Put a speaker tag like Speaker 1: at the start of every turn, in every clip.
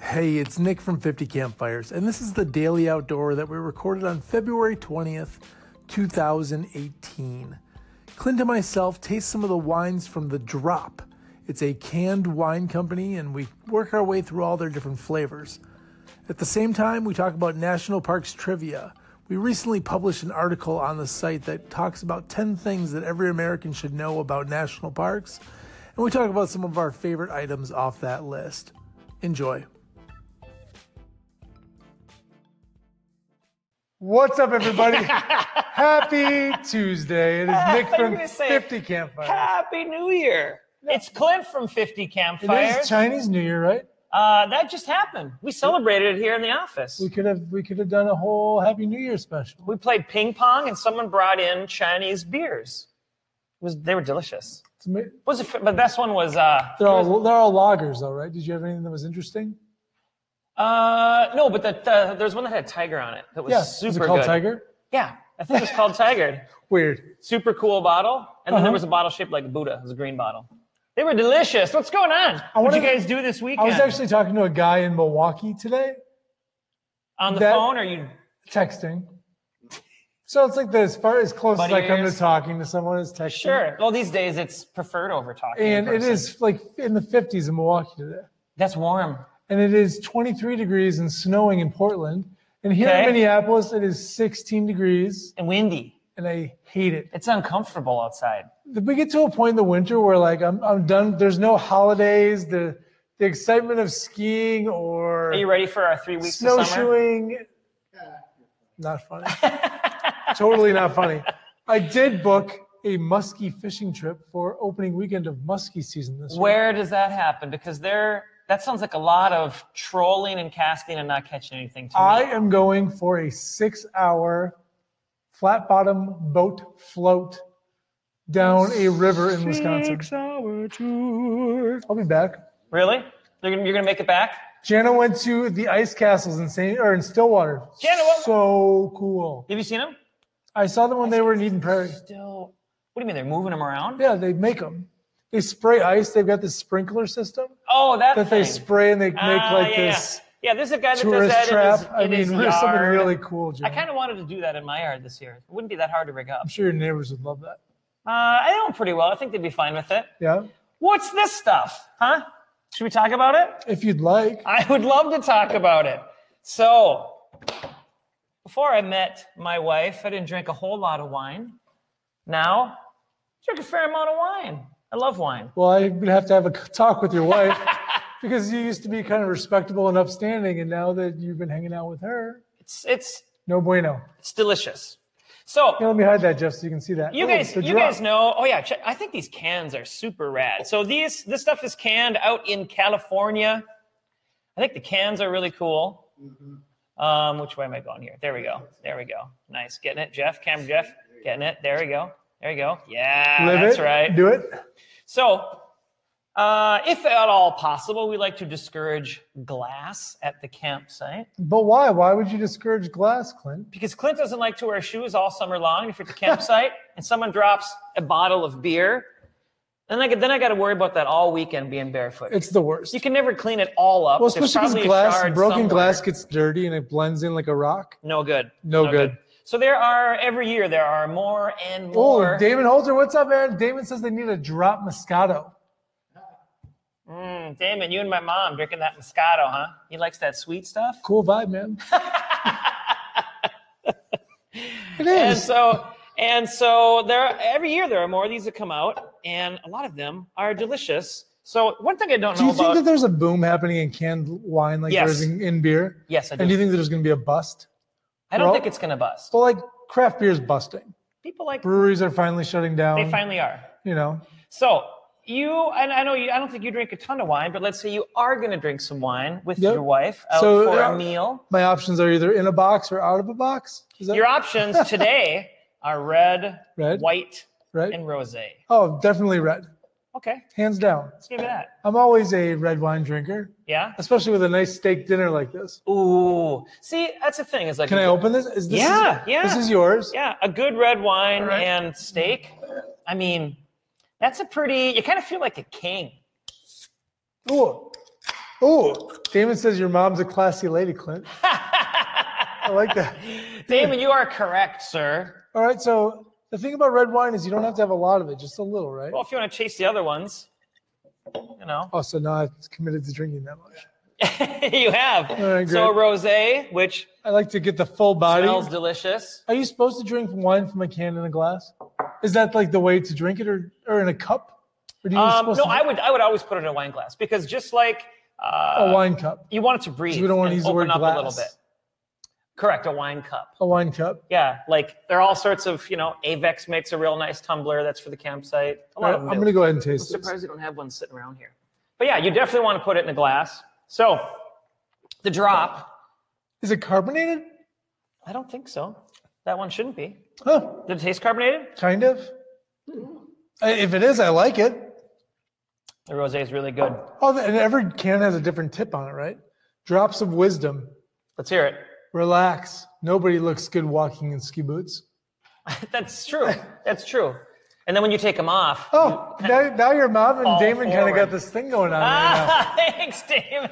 Speaker 1: Hey, it's Nick from 50 Campfires, and this is the Daily Outdoor that we recorded on February 20th, 2018. Clint and myself taste some of the wines from The Drop. It's a canned wine company, and we work our way through all their different flavors. At the same time, we talk about national parks trivia. We recently published an article on the site that talks about 10 things that every American should know about national parks, and we talk about some of our favorite items off that list. Enjoy. What's up, everybody? Happy Tuesday. It is Nick
Speaker 2: I thought you were
Speaker 1: from
Speaker 2: gonna say-
Speaker 1: 50 Campfire.
Speaker 2: Happy New Year. It's Clint from 50
Speaker 1: It
Speaker 2: Campfires.
Speaker 1: is Chinese New Year, right?
Speaker 2: uh, that just happened. We celebrated it here in the office.
Speaker 1: We could have we could have done a whole Happy New Year special.
Speaker 2: We played ping pong and someone brought in Chinese beers. It was They were delicious.
Speaker 1: It's ama-
Speaker 2: What was it, but the best one was, uh,
Speaker 1: They're all they're all loggers, all right. Did you have anything that was interesting?
Speaker 2: uh, no, but the, the, there was one that had tiger on it that was
Speaker 1: Yeah,
Speaker 2: super
Speaker 1: is it called
Speaker 2: good.
Speaker 1: Tiger?
Speaker 2: Yeah, I think it was called Tiger.
Speaker 1: Weird.
Speaker 2: Super cool bottle. And then
Speaker 1: Uh-huh.
Speaker 2: there was a bottle shaped like a Buddha. It was a green bottle. They were delicious. What's going on? What did you
Speaker 1: wanna-
Speaker 2: guys do this
Speaker 1: I
Speaker 2: weekend?
Speaker 1: was actually talking to a guy in Milwaukee today,
Speaker 2: on the
Speaker 1: that-
Speaker 2: phone or you
Speaker 1: texting. So it's like this, as far as close
Speaker 2: Buddy
Speaker 1: as I come to
Speaker 2: ears.
Speaker 1: talking to someone is texting.
Speaker 2: Sure. Well, these days it's preferred over talking. in
Speaker 1: And it
Speaker 2: person.
Speaker 1: is like in the 50s in Milwaukee today.
Speaker 2: That's warm.
Speaker 1: and it is 23 degrees and snowing in Portland. And here in
Speaker 2: Okay.
Speaker 1: Minneapolis, it is 16 degrees,
Speaker 2: And windy.
Speaker 1: and I hate it.
Speaker 2: It's uncomfortable outside.
Speaker 1: We get to a point in the winter where like I'm I'm done. There's no holidays. The the excitement of skiing or
Speaker 2: Are you ready for our three weeks of summer?
Speaker 1: snowshoeing, not funny. totally not funny. I did book a muskie fishing trip for opening weekend of muskie season this year.
Speaker 2: Where does that happen? Because there, that sounds like a lot of trolling and casting and not catching anything. To
Speaker 1: I
Speaker 2: me.
Speaker 1: am going for a six hour flat bottom boat float down a river in Wisconsin.
Speaker 2: hour tour.
Speaker 1: I'll be back.
Speaker 2: Really? You're gonna, you're gonna make it back?
Speaker 1: Jana went to the ice castles in St. or in Stillwater.
Speaker 2: Jana, what-
Speaker 1: so cool.
Speaker 2: Have you seen them?
Speaker 1: I saw them when they were in Eden Prairie.
Speaker 2: Still. What do you mean they're moving them around?
Speaker 1: Yeah, they make them. They spray ice. They've got this sprinkler system
Speaker 2: Oh, that,
Speaker 1: that they
Speaker 2: thing.
Speaker 1: spray and they make
Speaker 2: Ah,
Speaker 1: like
Speaker 2: yeah,
Speaker 1: this
Speaker 2: Yeah. yeah, there's a guy that does
Speaker 1: tourist
Speaker 2: that
Speaker 1: trap. I
Speaker 2: in his, in
Speaker 1: mean,
Speaker 2: his
Speaker 1: there's something
Speaker 2: yard.
Speaker 1: really cool, Jana.
Speaker 2: I kind of wanted to do that in my yard this year. It wouldn't be that hard to rig up.
Speaker 1: I'm sure your neighbors would love that.
Speaker 2: Uh, I know 'em pretty well. I think they'd be fine with it.
Speaker 1: Yeah,
Speaker 2: What's this stuff? Huh? Should we talk about it?
Speaker 1: if you'd like.
Speaker 2: I would love to talk about it. So, before I met my wife, I didn't drink a whole lot of wine. Now, I drink a fair amount of wine. I love wine.
Speaker 1: Well, I would have to have a talk with your wife because you used to be kind of respectable and upstanding, and now that you've been hanging out with her,
Speaker 2: It's it's
Speaker 1: no bueno.
Speaker 2: it's delicious. So,
Speaker 1: Here, let me hide that, Jeff, so you can see that.
Speaker 2: You
Speaker 1: Oh,
Speaker 2: guys,
Speaker 1: the
Speaker 2: you
Speaker 1: drop.
Speaker 2: guys know. Oh yeah, check, I think these cans are super rad. So these, this stuff is canned out in California. I think the cans are really cool.
Speaker 1: Mm-hmm.
Speaker 2: Um, which way am I going here? There we go. There we go. Nice, getting it, Jeff. Camera, Jeff, getting it. There we go. There we go. Yeah,
Speaker 1: Live
Speaker 2: that's
Speaker 1: it,
Speaker 2: right.
Speaker 1: Do it.
Speaker 2: So, uh, if at all possible, we like to discourage glass at the campsite
Speaker 1: But why? Why would you discourage glass, Clint?
Speaker 2: because Clint doesn't like to wear shoes all summer long. If you're at the campsite and someone drops a bottle of beer, then I get- then I got to worry about that all weekend being barefoot.
Speaker 1: It's the worst.
Speaker 2: you can never clean it all up.
Speaker 1: well,
Speaker 2: There's
Speaker 1: especially
Speaker 2: probably
Speaker 1: because
Speaker 2: a
Speaker 1: glass,
Speaker 2: shard
Speaker 1: broken
Speaker 2: somewhere.
Speaker 1: glass gets dirty and it blends in like a rock.
Speaker 2: No good.
Speaker 1: No good.
Speaker 2: So there are every year there are more and more.
Speaker 1: Oh, Damon Holter, what's up, man? Damon says they need a drop Moscato.
Speaker 2: Mm, Damon, you and my mom drinking that Moscato, huh? He likes that sweet stuff.
Speaker 1: Cool vibe, man. it
Speaker 2: and
Speaker 1: is.
Speaker 2: so and so there every year there are more of these that come out, and a lot of them are delicious. So one thing I don't
Speaker 1: Do
Speaker 2: know
Speaker 1: you think
Speaker 2: about
Speaker 1: that there's a boom happening in canned wine like
Speaker 2: Yes.
Speaker 1: there's in, in beer?
Speaker 2: yes, I do.
Speaker 1: And do you think that there's going to be a bust?
Speaker 2: I don't
Speaker 1: Well-
Speaker 2: think it's going to bust.
Speaker 1: So like craft beer's busting.
Speaker 2: People like
Speaker 1: Breweries are finally shutting down.
Speaker 2: they finally are.
Speaker 1: you know,
Speaker 2: So you and I know you. I don't think you drink a ton of wine, but let's say you are going to drink some wine with
Speaker 1: Yep.
Speaker 2: your wife out
Speaker 1: So,
Speaker 2: for
Speaker 1: uh,
Speaker 2: a meal.
Speaker 1: my options are either in a box or out of a box. Is that
Speaker 2: Your options today are red,
Speaker 1: Red.
Speaker 2: white,
Speaker 1: right?
Speaker 2: and rosé.
Speaker 1: oh, definitely red,
Speaker 2: Okay,
Speaker 1: hands down.
Speaker 2: let's give me that.
Speaker 1: I'm always a red wine drinker,
Speaker 2: Yeah.
Speaker 1: especially with a nice steak dinner like this.
Speaker 2: Ooh. See, that's the thing. Is like
Speaker 1: Can I open this? Is this
Speaker 2: Yeah, yeah.
Speaker 1: This is yours.
Speaker 2: Yeah, a good red wine
Speaker 1: All right.
Speaker 2: and steak. I mean, that's a pretty. You kind of feel like a king.
Speaker 1: Ooh, Oh, Damon says your mom's a classy lady, Clint. I like that.
Speaker 2: Damon, you are correct, sir.
Speaker 1: All right, so the thing about red wine is you don't have to have a lot of it, just a little, right?
Speaker 2: Well, if you want to chase the other ones, you know,
Speaker 1: Oh, so now I'm committed to drinking that much.
Speaker 2: you have.
Speaker 1: right,
Speaker 2: so
Speaker 1: great.
Speaker 2: rosé, which
Speaker 1: I like to get the full body.
Speaker 2: smells delicious.
Speaker 1: Are you supposed to drink wine from a can in a glass? Is that like the way to drink it, or or in a cup? Or do you
Speaker 2: Um,
Speaker 1: supposed
Speaker 2: no,
Speaker 1: to
Speaker 2: I would I would always put it in a wine glass because just like uh,
Speaker 1: a wine cup?
Speaker 2: you want it to breathe,
Speaker 1: we don't want
Speaker 2: and
Speaker 1: to use the
Speaker 2: open
Speaker 1: word
Speaker 2: up
Speaker 1: glass.
Speaker 2: a little bit. Correct, a wine cup.
Speaker 1: A wine cup.
Speaker 2: Yeah, like there are all sorts of you know. Avex makes a real nice tumbler. That's for the campsite. A lot
Speaker 1: All right,
Speaker 2: of them
Speaker 1: Uh, I'm
Speaker 2: do.
Speaker 1: gonna go ahead and
Speaker 2: I'm
Speaker 1: taste it.
Speaker 2: surprised you don't have one sitting around here. But yeah, you definitely want to put it in a glass. So the drop,
Speaker 1: Is it carbonated?
Speaker 2: I don't think so. That one shouldn't be.
Speaker 1: Huh?
Speaker 2: Did it taste carbonated?
Speaker 1: Kind of. I- If it is, I like it.
Speaker 2: The rosé is really good.
Speaker 1: Oh, and every can has a different tip on it, right? Drops of wisdom.
Speaker 2: Let's hear it.
Speaker 1: Relax. Nobody looks good walking in ski boots.
Speaker 2: That's true. That's true. And then when you take them off.
Speaker 1: Oh, now, now your mom and
Speaker 2: Fall
Speaker 1: Damon kind of got
Speaker 2: forward.
Speaker 1: this thing going on right now.
Speaker 2: Ah, thanks, Damon.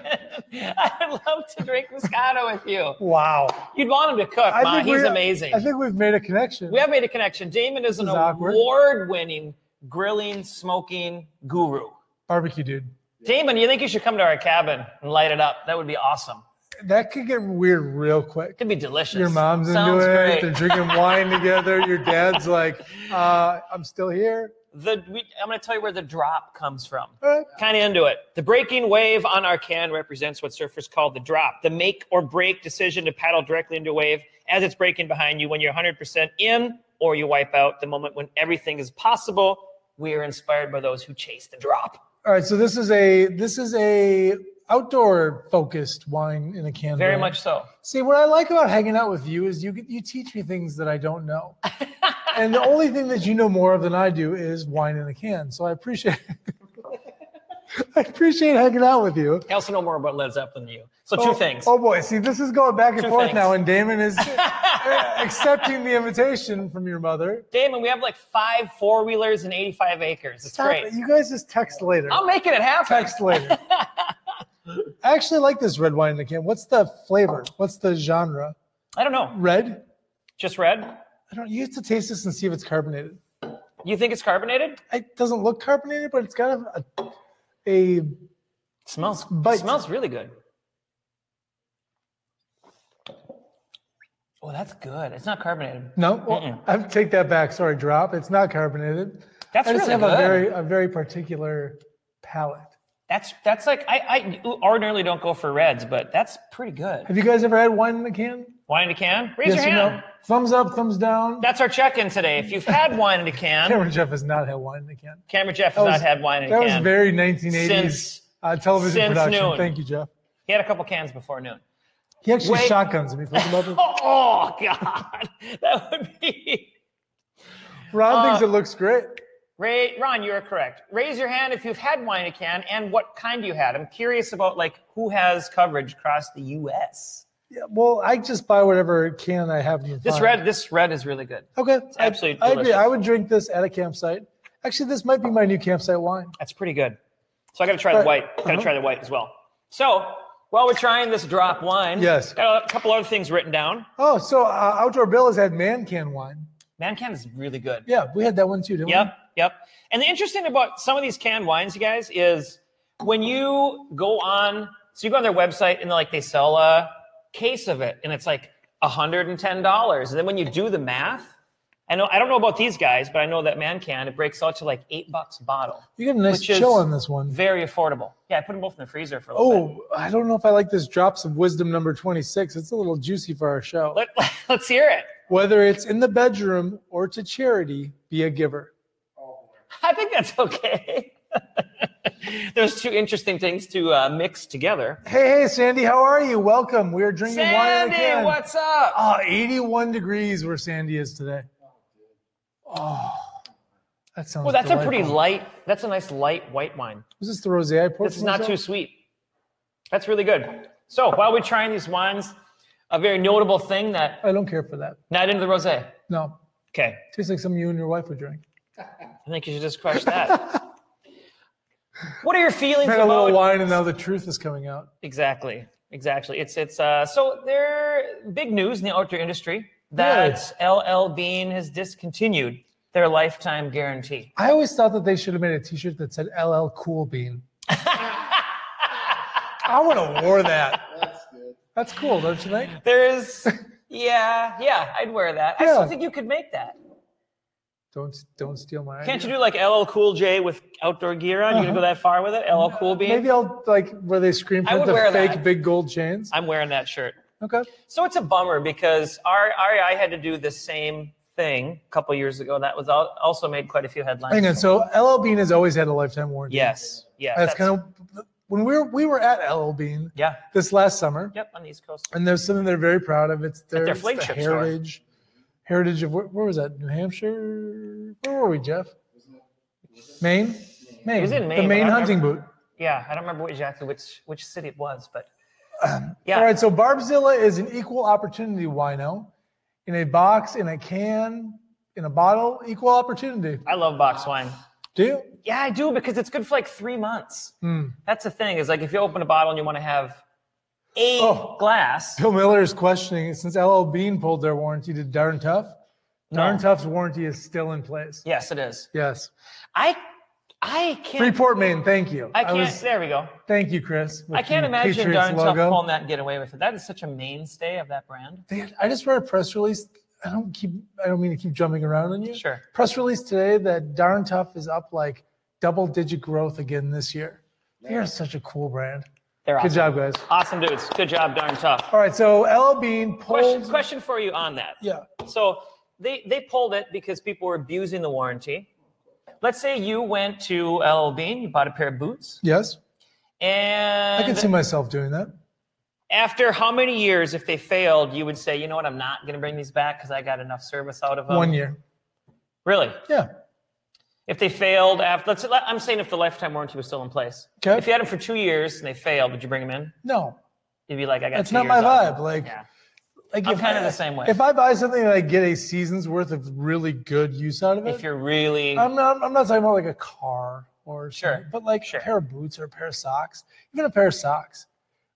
Speaker 2: I would love to drink Moscato with you.
Speaker 1: Wow.
Speaker 2: You'd want him to cook,
Speaker 1: I
Speaker 2: Ma.
Speaker 1: think
Speaker 2: He's
Speaker 1: we're-
Speaker 2: amazing.
Speaker 1: I think we've made a connection.
Speaker 2: we have made a connection. Damon is an
Speaker 1: is awkward.
Speaker 2: award winning grilling, smoking guru.
Speaker 1: Barbecue, dude.
Speaker 2: Damon, you think you should come to our cabin and light it up? That would be awesome.
Speaker 1: That could get weird real quick.
Speaker 2: Could be delicious.
Speaker 1: Your mom's into
Speaker 2: Sounds
Speaker 1: it.
Speaker 2: great.
Speaker 1: They're drinking wine together. Your dad's like, uh, I'm still here.
Speaker 2: The, we, I'm going to tell you where the drop comes from.
Speaker 1: All right.
Speaker 2: Kind of into it. The breaking wave on our can represents what surfers call the drop, the make or break decision to paddle directly into a wave as it's breaking behind you when you're 100% in or you wipe out the moment when everything is possible. We are inspired by those who chase the drop.
Speaker 1: All right. So this is a this is a outdoor focused wine in a can.
Speaker 2: Very
Speaker 1: brand.
Speaker 2: much so.
Speaker 1: See, what I like about hanging out with you is you get- you teach me things that I don't know. and the only thing that you know more of than I do is wine in a can. So I appreciate I appreciate hanging out with you.
Speaker 2: I also know more about Led Zeppelin than you. So
Speaker 1: Two
Speaker 2: two things.
Speaker 1: Oh boy, see this is going back and
Speaker 2: Two
Speaker 1: forth
Speaker 2: things.
Speaker 1: now and Damon is uh, accepting the invitation from your mother.
Speaker 2: Damon, we have like five four wheelers and 85 acres. It's
Speaker 1: Stop
Speaker 2: great.
Speaker 1: it. You guys just text later.
Speaker 2: I'm making it happen.
Speaker 1: text later. I actually like this red wine in a can. What's the flavor? What's the genre?
Speaker 2: I don't know.
Speaker 1: Red?
Speaker 2: Just red.
Speaker 1: I don't you have to taste this and see if it's carbonated.
Speaker 2: You think it's carbonated?
Speaker 1: it doesn't look carbonated, but it's got a, a, a
Speaker 2: smells
Speaker 1: Bite.
Speaker 2: smells really good. Oh, that's good. It's not carbonated.
Speaker 1: no. Well, I take that back. Sorry, drop. It's not carbonated.
Speaker 2: That's
Speaker 1: I just
Speaker 2: really
Speaker 1: have
Speaker 2: good.
Speaker 1: a very a very particular palate.
Speaker 2: that's that's like I, I ordinarily don't go for reds, but that's pretty good.
Speaker 1: Have you guys ever had wine in a can?
Speaker 2: Wine in a can? Raise your
Speaker 1: or
Speaker 2: hand.
Speaker 1: Thumbs up, thumbs down.
Speaker 2: That's our check-in today. If you've had wine in a can,
Speaker 1: Cameron Jeff has not had wine in a can.
Speaker 2: Cameron Jeff
Speaker 1: That
Speaker 2: has not
Speaker 1: was-
Speaker 2: had wine in
Speaker 1: That
Speaker 2: a
Speaker 1: was
Speaker 2: can.
Speaker 1: very 1980s
Speaker 2: Since-
Speaker 1: uh, television
Speaker 2: since
Speaker 1: production.
Speaker 2: noon.
Speaker 1: Thank you, Jeff.
Speaker 2: he had a couple cans before noon.
Speaker 1: He actually
Speaker 2: Wait.
Speaker 1: shotguns me. Think about this.
Speaker 2: Oh, oh, God, that would be.
Speaker 1: Ron
Speaker 2: Uh,
Speaker 1: thinks it looks great.
Speaker 2: Ray, Ron, you are correct. Raise your hand if you've had wine in a can and what kind you had. I'm curious about like who has coverage across the U.S.
Speaker 1: Yeah, well, I just buy whatever can I have. in
Speaker 2: This
Speaker 1: front.
Speaker 2: red, this red is really good.
Speaker 1: Okay. I-
Speaker 2: absolutely
Speaker 1: I, agree.
Speaker 2: delicious.
Speaker 1: I would drink this at a campsite. Actually, this might be my new campsite wine.
Speaker 2: That's pretty good. So I got to try the white. Got to
Speaker 1: Uh-huh.
Speaker 2: try the white as well. So while we're trying this drop wine,
Speaker 1: Yes.
Speaker 2: got a couple other things written down.
Speaker 1: Oh, so uh, Outdoor Bill has had man can wine.
Speaker 2: Man can is really good.
Speaker 1: Yeah, we had that one too, didn't
Speaker 2: Yep, yep. And the interesting about some of these canned wines, you guys, is when you go on, so you go on their website and like they sell a case of it, and it's like $110. And then when you do the math, I know I don't know about these guys, but I know that man can it breaks out to like eight bucks a bottle.
Speaker 1: we? You got a nice
Speaker 2: Which is-
Speaker 1: chill on this one.
Speaker 2: Very affordable. Yeah, I put them both in the freezer for a little bit.
Speaker 1: Oh, I don't know if I like this Drops of Wisdom number 26. It's a little juicy for our show.
Speaker 2: Let, let's hear it.
Speaker 1: Whether it's in the bedroom or to charity, be a giver.
Speaker 2: I think that's okay. There's two interesting things to uh, mix together.
Speaker 1: Hey, hey, Sandy, how are you? Welcome. We are drinking wine in
Speaker 2: Sandy,
Speaker 1: a can.
Speaker 2: what's up?
Speaker 1: Oh, 81 degrees where Sandy is today. Oh, that sounds
Speaker 2: Well, that's a pretty
Speaker 1: delightful.
Speaker 2: light. That's a nice light white wine.
Speaker 1: Is this the rosé I poured?
Speaker 2: This
Speaker 1: for
Speaker 2: is not too
Speaker 1: myself?
Speaker 2: sweet. That's really good. So while we're trying these wines, a very notable thing that
Speaker 1: I don't care for that.
Speaker 2: not into the rosé.
Speaker 1: No,
Speaker 2: Okay,
Speaker 1: tastes like something you and your wife would drink.
Speaker 2: I think you should just crush that. What are your feelings
Speaker 1: Had a little
Speaker 2: about
Speaker 1: wine, and now the truth is coming out.
Speaker 2: Exactly. Exactly. It's it's uh so there big news in the outdoor industry that LL Bean has discontinued their lifetime guarantee.
Speaker 1: I always thought that they should have made a T-shirt that said "LL Cool Bean." I would have wore that.
Speaker 3: That's good.
Speaker 1: That's cool, don't you think?
Speaker 2: There's yeah, yeah, I'd wear that. I still
Speaker 1: Yeah.
Speaker 2: think you could make that.
Speaker 1: Don't don't steal my.
Speaker 2: Can't you do
Speaker 1: idea.
Speaker 2: like LL Cool J with outdoor gear on? You gonna go that far with it? LL Cool Bean?
Speaker 1: Uh-huh. Maybe I'll like where they scream
Speaker 2: I
Speaker 1: for
Speaker 2: would
Speaker 1: the
Speaker 2: wear
Speaker 1: fake
Speaker 2: that.
Speaker 1: big gold chains.
Speaker 2: I'm wearing that shirt.
Speaker 1: Okay.
Speaker 2: So it's a bummer because our REI had to do the same thing a couple years ago. That was al- also made quite a few headlines.
Speaker 1: Hang on. So LL Bean has always had a lifetime warranty.
Speaker 2: Yes. Yes.
Speaker 1: That's, kind of when we were we were at LL Bean
Speaker 2: Yeah.
Speaker 1: this last summer,
Speaker 2: Yep. On the East Coast.
Speaker 1: and there's something they're very proud of. It's their,
Speaker 2: their
Speaker 1: it's the
Speaker 2: flagship store.
Speaker 1: heritage. Heritage of where, where was that? New Hampshire. Where were we, Jeff? Maine. Maine.
Speaker 2: was in Maine,
Speaker 1: The
Speaker 2: but I
Speaker 1: Maine
Speaker 2: don't
Speaker 1: hunting
Speaker 2: remember-
Speaker 1: boot.
Speaker 2: Yeah. I don't remember what- exactly which which city it was, but yeah.
Speaker 1: All right, so Barbzilla is an equal opportunity wino in a box, in a can, in a bottle, equal opportunity.
Speaker 2: I love box wine.
Speaker 1: Do you?
Speaker 2: Yeah, I do because it's good for like three months.
Speaker 1: Hmm.
Speaker 2: That's the thing is like if you open a bottle and you want to have a
Speaker 1: Oh.
Speaker 2: glass,
Speaker 1: Bill Miller is questioning since LL Bean pulled their warranty to Darn Tough. Darn
Speaker 2: No.
Speaker 1: Tough's warranty is still in place.
Speaker 2: yes, it is.
Speaker 1: Yes.
Speaker 2: I I can't.
Speaker 1: Freeport, Maine. Thank you.
Speaker 2: I can't.
Speaker 1: was-
Speaker 2: there we go.
Speaker 1: thank you, Chris. with
Speaker 2: I can't
Speaker 1: the
Speaker 2: imagine
Speaker 1: Patriots
Speaker 2: Darn Tough
Speaker 1: logo.
Speaker 2: pulling that and get away with it. That is such a mainstay of that brand.
Speaker 1: They had- I just read a press release. I don't keep. I don't mean to keep jumping around on you.
Speaker 2: Sure.
Speaker 1: Press release today that Darn Tough is up like double digit growth again this year. They are such a cool brand.
Speaker 2: They're awesome.
Speaker 1: Good job, guys.
Speaker 2: Awesome dudes. Good job, Darn Tough.
Speaker 1: All right, so LL Bean pulled.
Speaker 2: Question, question for you on that.
Speaker 1: Yeah.
Speaker 2: So they they pulled it because people were abusing the warranty. Let's say you went to LL Bean, you bought a pair of boots,
Speaker 1: Yes. I
Speaker 2: and
Speaker 1: can see myself doing that.
Speaker 2: after how many years, if they failed, you would say, you know what, I'm not going to bring these back because I got enough service out of them.
Speaker 1: One year.
Speaker 2: Really?
Speaker 1: Yeah.
Speaker 2: If they failed after, let's, let- I'm saying if the lifetime warranty was still in place.
Speaker 1: Okay.
Speaker 2: If you had them for two years and they failed, would you bring them in?
Speaker 1: No.
Speaker 2: You'd be like, I got.
Speaker 1: That's
Speaker 2: two
Speaker 1: not my
Speaker 2: years out of
Speaker 1: vibe,
Speaker 2: them.
Speaker 1: like-
Speaker 2: Yeah.
Speaker 1: Like
Speaker 2: I'm
Speaker 1: if
Speaker 2: kinda
Speaker 1: I-
Speaker 2: the same way.
Speaker 1: If I buy something and I get a season's worth of really good use out of it,
Speaker 2: if you're really
Speaker 1: I'm not. I'm not talking about like a car or
Speaker 2: Sure,
Speaker 1: something, but like
Speaker 2: sure.
Speaker 1: a pair of boots or a pair of socks, even a pair of socks.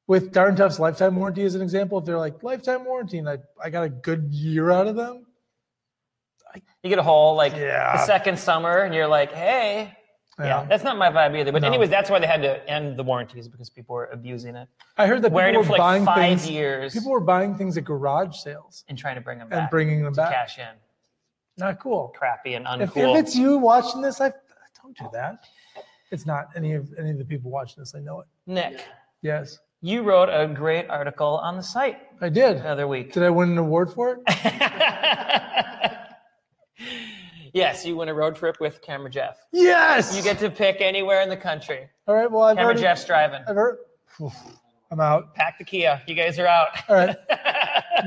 Speaker 1: With Darn Tough's lifetime warranty as an example, if they're like lifetime warranty and I, I got a good year out of them,
Speaker 2: You get a haul like
Speaker 1: Yeah.
Speaker 2: the second summer, and you're like, hey. Yeah.
Speaker 1: Yeah.
Speaker 2: that's not my vibe either. But
Speaker 1: No.
Speaker 2: anyways, that's why they had to end the warranties because people were abusing it,
Speaker 1: I heard that
Speaker 2: wearing
Speaker 1: people
Speaker 2: it
Speaker 1: were
Speaker 2: for like
Speaker 1: buying
Speaker 2: five
Speaker 1: things.
Speaker 2: years,
Speaker 1: People were buying things at garage sales
Speaker 2: and trying to bring them
Speaker 1: and
Speaker 2: back,
Speaker 1: bringing them
Speaker 2: to
Speaker 1: back.
Speaker 2: cash in,
Speaker 1: Not cool.
Speaker 2: crappy and
Speaker 1: If,
Speaker 2: uncool.
Speaker 1: if it's you watching this, I don't do that. It's not any of any of the people watching this. I know it.
Speaker 2: Nick,
Speaker 1: Yes,
Speaker 2: you wrote a great article on the site
Speaker 1: I did.
Speaker 2: the other week.
Speaker 1: Did I win an award for it?
Speaker 2: yes, you win a road trip with Camera Jeff.
Speaker 1: Yes.
Speaker 2: You get to pick anywhere in the country.
Speaker 1: All right. Well, I've
Speaker 2: Camera
Speaker 1: already.
Speaker 2: Jeff's driving.
Speaker 1: I've heard. I'm out.
Speaker 2: Pack the Kia. You guys are out.
Speaker 1: All right.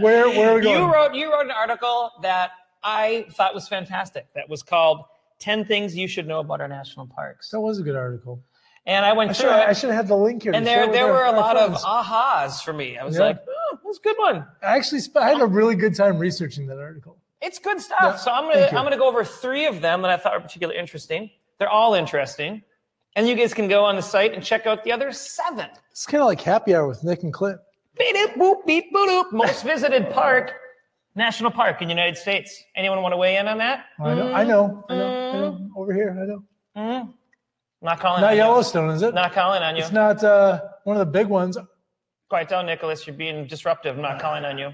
Speaker 1: Where where are we going?
Speaker 2: You wrote you wrote an article that I thought was fantastic. That was called 10 Things You Should Know About Our National Parks.
Speaker 1: that was a good article.
Speaker 2: And I went
Speaker 1: I should
Speaker 2: through
Speaker 1: I
Speaker 2: it.
Speaker 1: should have had the link here. to
Speaker 2: and
Speaker 1: share
Speaker 2: there
Speaker 1: with
Speaker 2: there
Speaker 1: our-
Speaker 2: were a
Speaker 1: our
Speaker 2: lot of
Speaker 1: friends.
Speaker 2: ahas for me. I was
Speaker 1: Yeah.
Speaker 2: like, oh, that's a good one.
Speaker 1: I actually sp- I had a really good time researching that article.
Speaker 2: It's good stuff.
Speaker 1: Yeah,
Speaker 2: so I'm gonna
Speaker 1: thank you.
Speaker 2: I'm gonna go over three of them that I thought were particularly interesting. They're all interesting. And you guys can go on the site and check out the other seven.
Speaker 1: It's kind of like happy hour with Nick and Clint.
Speaker 2: Beep doop, boop beep boop. Most visited park, national park in the United States. Anyone want to weigh in on that?
Speaker 1: I know. I know. I know. I know.
Speaker 2: Mm-hmm.
Speaker 1: Over here. I know.
Speaker 2: Not calling
Speaker 1: Not
Speaker 2: on
Speaker 1: Yellowstone, is it?
Speaker 2: you. Not calling on you.
Speaker 1: It's not uh, one of the big ones.
Speaker 2: Quiet down, Nicholas. You're being disruptive. I'm not calling on you.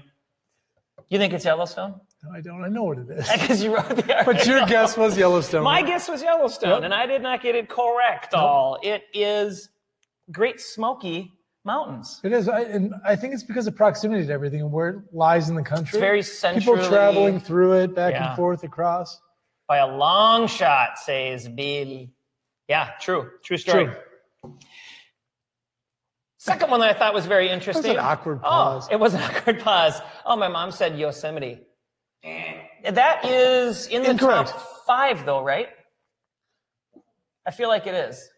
Speaker 2: You think it's Yellowstone?
Speaker 1: No, I don't. I know what it is.
Speaker 2: Because you wrote the article.
Speaker 1: But your guess was Yellowstone.
Speaker 2: My guess was Yellowstone, and I did not get it correct all. It is Great Smoky Mountains.
Speaker 1: It is, I, and I think it's because of proximity to everything and where it lies in the
Speaker 2: It's
Speaker 1: country.
Speaker 2: very
Speaker 1: People
Speaker 2: centrally-
Speaker 1: traveling through it, back
Speaker 2: Yeah.
Speaker 1: and forth, across.
Speaker 2: By a long shot, says Bill. Yeah, true. True story.
Speaker 1: True.
Speaker 2: Second one that I thought was very interesting.
Speaker 1: an awkward
Speaker 2: Oh,
Speaker 1: pause.
Speaker 2: it was an awkward pause. Oh, my mom said Yosemite. That is in the
Speaker 1: Incorrect.
Speaker 2: top five, though, right? I feel like it is.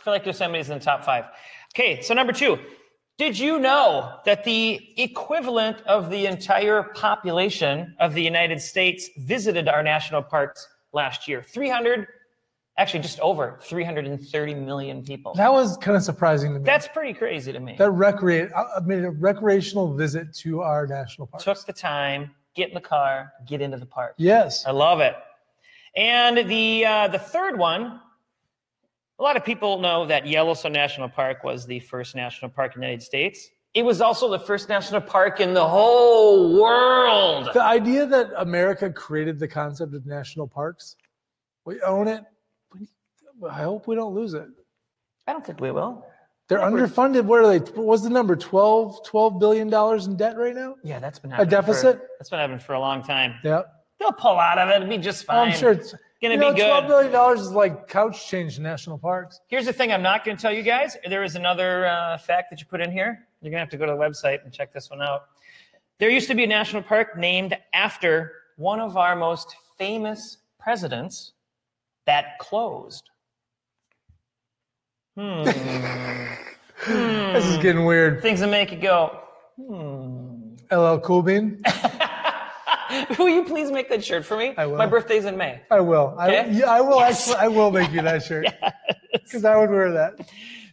Speaker 2: I feel like Yosemite's in the top five. Okay, so number two. Did you know that the equivalent of the entire population of the United States visited our national parks last year? 300 Actually, just over 330 million people.
Speaker 1: That was kind of surprising to me.
Speaker 2: That's pretty crazy to me.
Speaker 1: that recreate. I I made a recreational visit to our national park.
Speaker 2: Took the time, get in the car, get into the park.
Speaker 1: yes.
Speaker 2: I love it. And the uh, the third one, a lot of people know that Yellowstone National Park was the first national park in the United States. It was also the first national park in the whole world.
Speaker 1: The idea that America created the concept of national parks, we own it. We- I hope we don't lose it.
Speaker 2: I don't think we will.
Speaker 1: They're underfunded. What are they? What was the number? 12, $12 billion dollars in debt right now?
Speaker 2: Yeah, that's been happening
Speaker 1: deficit?
Speaker 2: For, that's been happening for a long time.
Speaker 1: Yeah.
Speaker 2: They'll pull out of it. It'll be just fine.
Speaker 1: Oh, I'm sure it's
Speaker 2: gonna
Speaker 1: you know,
Speaker 2: be good.
Speaker 1: $12 billion dollars is like couch change to national parks.
Speaker 2: Here's the thing I'm not going to tell you guys. There is another uh, fact that you put in here. You're going to have to go to the website and check this one out. There used to be a national park named after one of our most famous presidents that closed. Hmm.
Speaker 1: This is getting weird.
Speaker 2: Things that make you go,
Speaker 1: LL Cool Bean.
Speaker 2: will you please make that shirt for me?
Speaker 1: I will.
Speaker 2: My birthday's in May.
Speaker 1: I will. I,
Speaker 2: Okay.
Speaker 1: yeah, I will. Actually, I will make you that shirt because I would wear that.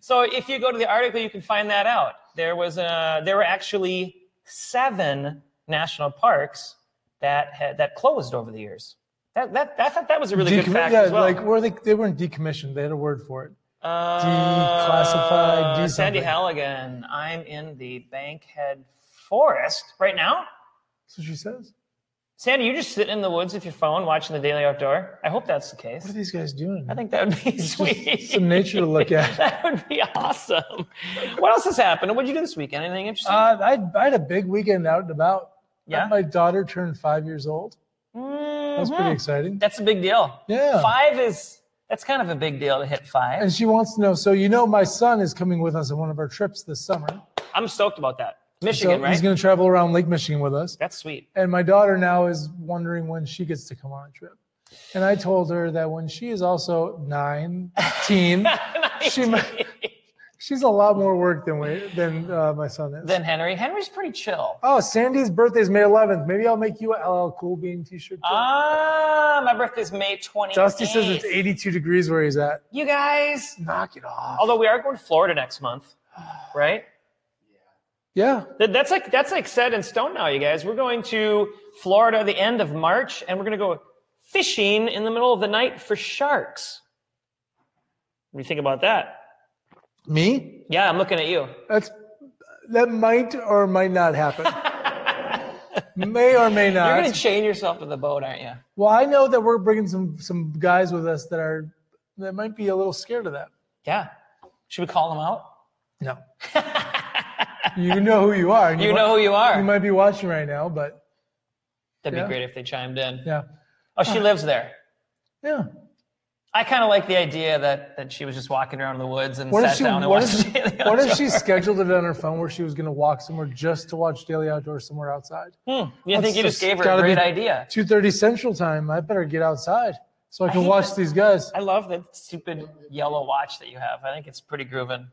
Speaker 2: So if you go to the article, you can find that out. There was uh there were actually seven national parks that had, that closed over the years. That, that I thought that was a really good
Speaker 1: Decommi-
Speaker 2: fact
Speaker 1: yeah,
Speaker 2: as well.
Speaker 1: like were they? They weren't decommissioned. They had a word for it.
Speaker 2: uh,
Speaker 1: declassified, de
Speaker 2: Sandy
Speaker 1: something.
Speaker 2: Halligan. I'm in the Bankhead Forest right now.
Speaker 1: That's what she says.
Speaker 2: Sandy, you're just sitting in the woods with your phone, watching the Daily Outdoor. I hope that's the case.
Speaker 1: What are these guys doing?
Speaker 2: I think that would be sweet.
Speaker 1: some nature to look at.
Speaker 2: that would be awesome. What else has happened? What did you do this weekend? Anything interesting?
Speaker 1: Uh, I, I had a big weekend out and about.
Speaker 2: Yeah?
Speaker 1: My daughter turned five years old. That was pretty exciting.
Speaker 2: That's a big deal.
Speaker 1: Yeah.
Speaker 2: Mm-hmm. Five is that's kind of a big deal to hit five.
Speaker 1: And she wants to know. So you know, my son is coming with us on one of our trips this summer.
Speaker 2: I'm stoked about that.
Speaker 1: So
Speaker 2: Michigan,
Speaker 1: he's
Speaker 2: right?
Speaker 1: going to travel around Lake Michigan with us.
Speaker 2: that's sweet.
Speaker 1: And my daughter now is wondering when she gets to come on a trip. And I told her that when she is also nine, teen, she might, she's a lot more work than we, than uh, my son is.
Speaker 2: Then Henry. Henry's pretty chill.
Speaker 1: oh, Sandy's birthday is May 11th. Maybe I'll make you a LL Cool Bean t-shirt. too.
Speaker 2: Ah, my birthday's May 28th.
Speaker 1: Dusty says it's 82 degrees where he's at. Oh,
Speaker 2: You guys.
Speaker 1: Knock it off.
Speaker 2: Although we are going to Florida next month, right?
Speaker 1: Yeah.
Speaker 2: That- That's like that's like set in stone now, you guys. We're going to Florida the end of March, and we're going to go fishing in the middle of the night for sharks. What do you think about that?
Speaker 1: Me?
Speaker 2: Yeah, I'm looking at you.
Speaker 1: That's that might or might not happen. may or may
Speaker 2: You're
Speaker 1: not.
Speaker 2: gonna chain yourself to the boat, aren't you?
Speaker 1: well, I know that we're bringing some some guys with us that are that might be a little scared of that.
Speaker 2: Yeah. Should we call them out?
Speaker 1: No. you know who you are. and
Speaker 2: You
Speaker 1: might-
Speaker 2: know who you
Speaker 1: you
Speaker 2: are.
Speaker 1: might be watching right now, but
Speaker 2: That'd
Speaker 1: yeah.
Speaker 2: be great if they chimed in.
Speaker 1: yeah.
Speaker 2: Oh, she lives there.
Speaker 1: Yeah.
Speaker 2: I kind of like the idea that that she was just walking around in the woods and
Speaker 1: What
Speaker 2: sat
Speaker 1: if she
Speaker 2: down and
Speaker 1: what if,
Speaker 2: watched.
Speaker 1: she-
Speaker 2: Daily
Speaker 1: what if
Speaker 2: Outdoor.
Speaker 1: she scheduled it on her phone where she was gonna walk somewhere just to watch Daily Outdoor somewhere outside?
Speaker 2: Hmm. You think you
Speaker 1: That's
Speaker 2: just gave her a
Speaker 1: gotta
Speaker 2: great
Speaker 1: be-
Speaker 2: idea?
Speaker 1: 2:30 Central Time. I better get outside so I can
Speaker 2: hate
Speaker 1: watch
Speaker 2: that.
Speaker 1: these guys.
Speaker 2: I love that stupid yellow watch that you have. I think it's pretty groovin'.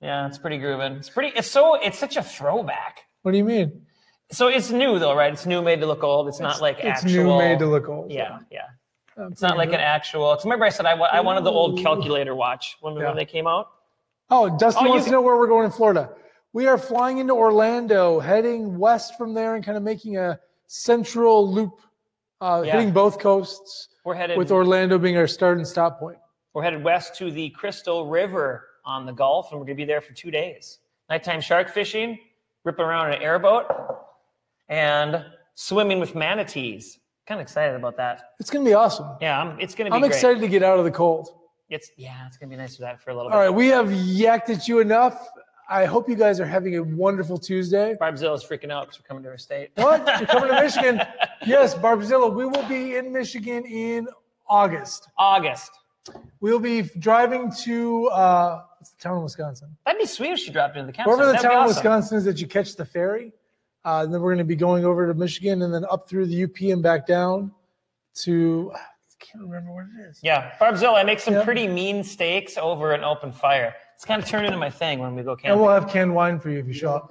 Speaker 2: Yeah, it's pretty groovin'. It's pretty. It's so. It's such a throwback.
Speaker 1: What do you mean?
Speaker 2: So it's new though, right? It's new, made to look old. It's not like
Speaker 1: It's
Speaker 2: actual.
Speaker 1: new made to look Mm-hmm. old.
Speaker 2: Yeah, yeah.
Speaker 1: I'm
Speaker 2: It's not like
Speaker 1: pretty
Speaker 2: an actual. It's, remember, I said I, wa- I wanted the old calculator watch when,
Speaker 1: Yeah.
Speaker 2: when they came out.
Speaker 1: Oh,
Speaker 2: Oh,
Speaker 1: Dustin
Speaker 2: you
Speaker 1: wants to
Speaker 2: can-
Speaker 1: know where we're going in Florida. We are flying into Orlando, heading west from there, and kind of making a central loop, uh,
Speaker 2: Yeah.
Speaker 1: hitting both coasts,
Speaker 2: We're headed
Speaker 1: with Orlando being our start and stop point.
Speaker 2: we're headed west to the Crystal River on the Gulf, and we're gonna be there for two days. Nighttime shark fishing, ripping around in an airboat, and swimming with manatees. Kind of excited about that.
Speaker 1: It's going to be awesome.
Speaker 2: Yeah, I'm, it's gonna be
Speaker 1: I'm
Speaker 2: great.
Speaker 1: excited to get out of the cold.
Speaker 2: It's yeah, it's gonna be nice to that for a little
Speaker 1: All
Speaker 2: bit.
Speaker 1: right, we have yacked at you enough. I hope you guys are having a wonderful Tuesday.
Speaker 2: Barbzilla's freaking out because we're coming to her state.
Speaker 1: What? You're coming to Michigan? Yes, Barbzilla. We will be in Michigan in August.
Speaker 2: August.
Speaker 1: We'll be driving to uh, what's the town in Wisconsin.
Speaker 2: That'd be sweet if she dropped into the campsite.
Speaker 1: Wherever the
Speaker 2: That'd be
Speaker 1: town in
Speaker 2: awesome.
Speaker 1: Wisconsin is that you catch the ferry, uh, then we're going to be going over to Michigan and then up through the UP and back down to I can't remember what it is.
Speaker 2: Yeah, Barbzilla, I make some
Speaker 1: Yeah.
Speaker 2: pretty mean steaks over an open fire. It's kind of turned into my thing when we go
Speaker 1: And
Speaker 2: camping.
Speaker 1: we'll have canned wine for you if you show up.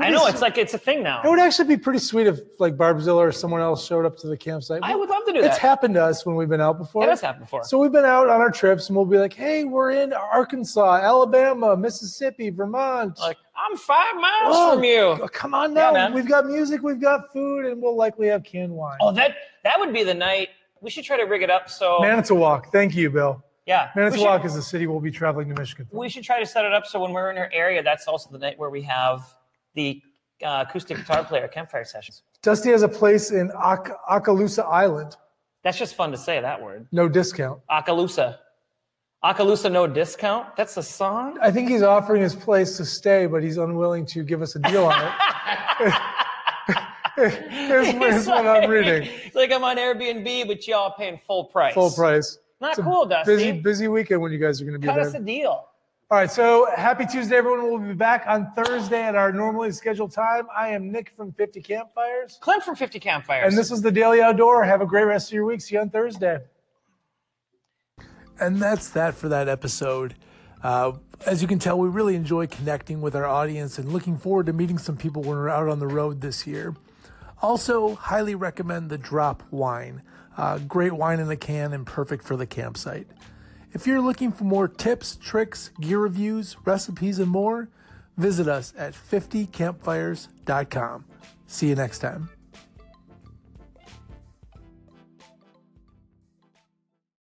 Speaker 2: I know it's like it's a thing now.
Speaker 1: It would actually be pretty sweet if like Barbzilla or someone else showed up to the campsite.
Speaker 2: I would love to do
Speaker 1: It's
Speaker 2: that.
Speaker 1: happened to us when we've been out before.
Speaker 2: It has happened before.
Speaker 1: So we've been out on our trips and we'll be like, hey, we're in Arkansas, Alabama, Mississippi, Vermont.
Speaker 2: like I'm five miles
Speaker 1: Oh,
Speaker 2: from you.
Speaker 1: come on
Speaker 2: Yeah,
Speaker 1: now.
Speaker 2: man.
Speaker 1: we've got music, we've got food, and we'll likely have canned wine.
Speaker 2: Oh, that that would be the night. We should try to rig it up. So
Speaker 1: Manitowoc. Thank you, Bill.
Speaker 2: yeah, we should-
Speaker 1: Manitowoc is the city we'll be traveling to Michigan for.
Speaker 2: we should try to set it up so when we're in our area, that's also the night where we have the uh, acoustic guitar player campfire sessions.
Speaker 1: Dusty has a place in Ak- Akalusa Island.
Speaker 2: That's just fun to say that word.
Speaker 1: No discount.
Speaker 2: Akalusa. Akalusa no discount. That's a song.
Speaker 1: I think he's offering his place to stay, but he's unwilling to give us a deal on it. here's here's
Speaker 2: It's
Speaker 1: what
Speaker 2: like-
Speaker 1: I'm reading.
Speaker 2: It's like I'm on Airbnb, but y'all paying full price.
Speaker 1: Full price.
Speaker 2: Not
Speaker 1: It's a
Speaker 2: cool, Dusty.
Speaker 1: Busy, busy weekend when you guys are going to be
Speaker 2: Cut
Speaker 1: there.
Speaker 2: us a deal.
Speaker 1: All right, so happy Tuesday, everyone. We'll be back on Thursday at our normally scheduled time. I am Nick from 50 Campfires,
Speaker 2: Clint from 50 Campfires.
Speaker 1: and this is the Daily Outdoor. Have a great rest of your week. See you on Thursday. And that's that for that episode. Uh, as you can tell, we really enjoy connecting with our audience and looking forward to meeting some people when we're out on the road this year. Also, highly recommend the Drop Wine. Uh, great wine in the can and perfect for the campsite. If you're looking for more tips, tricks, gear reviews, recipes, and more, visit us at 50campfires.com. See you next time.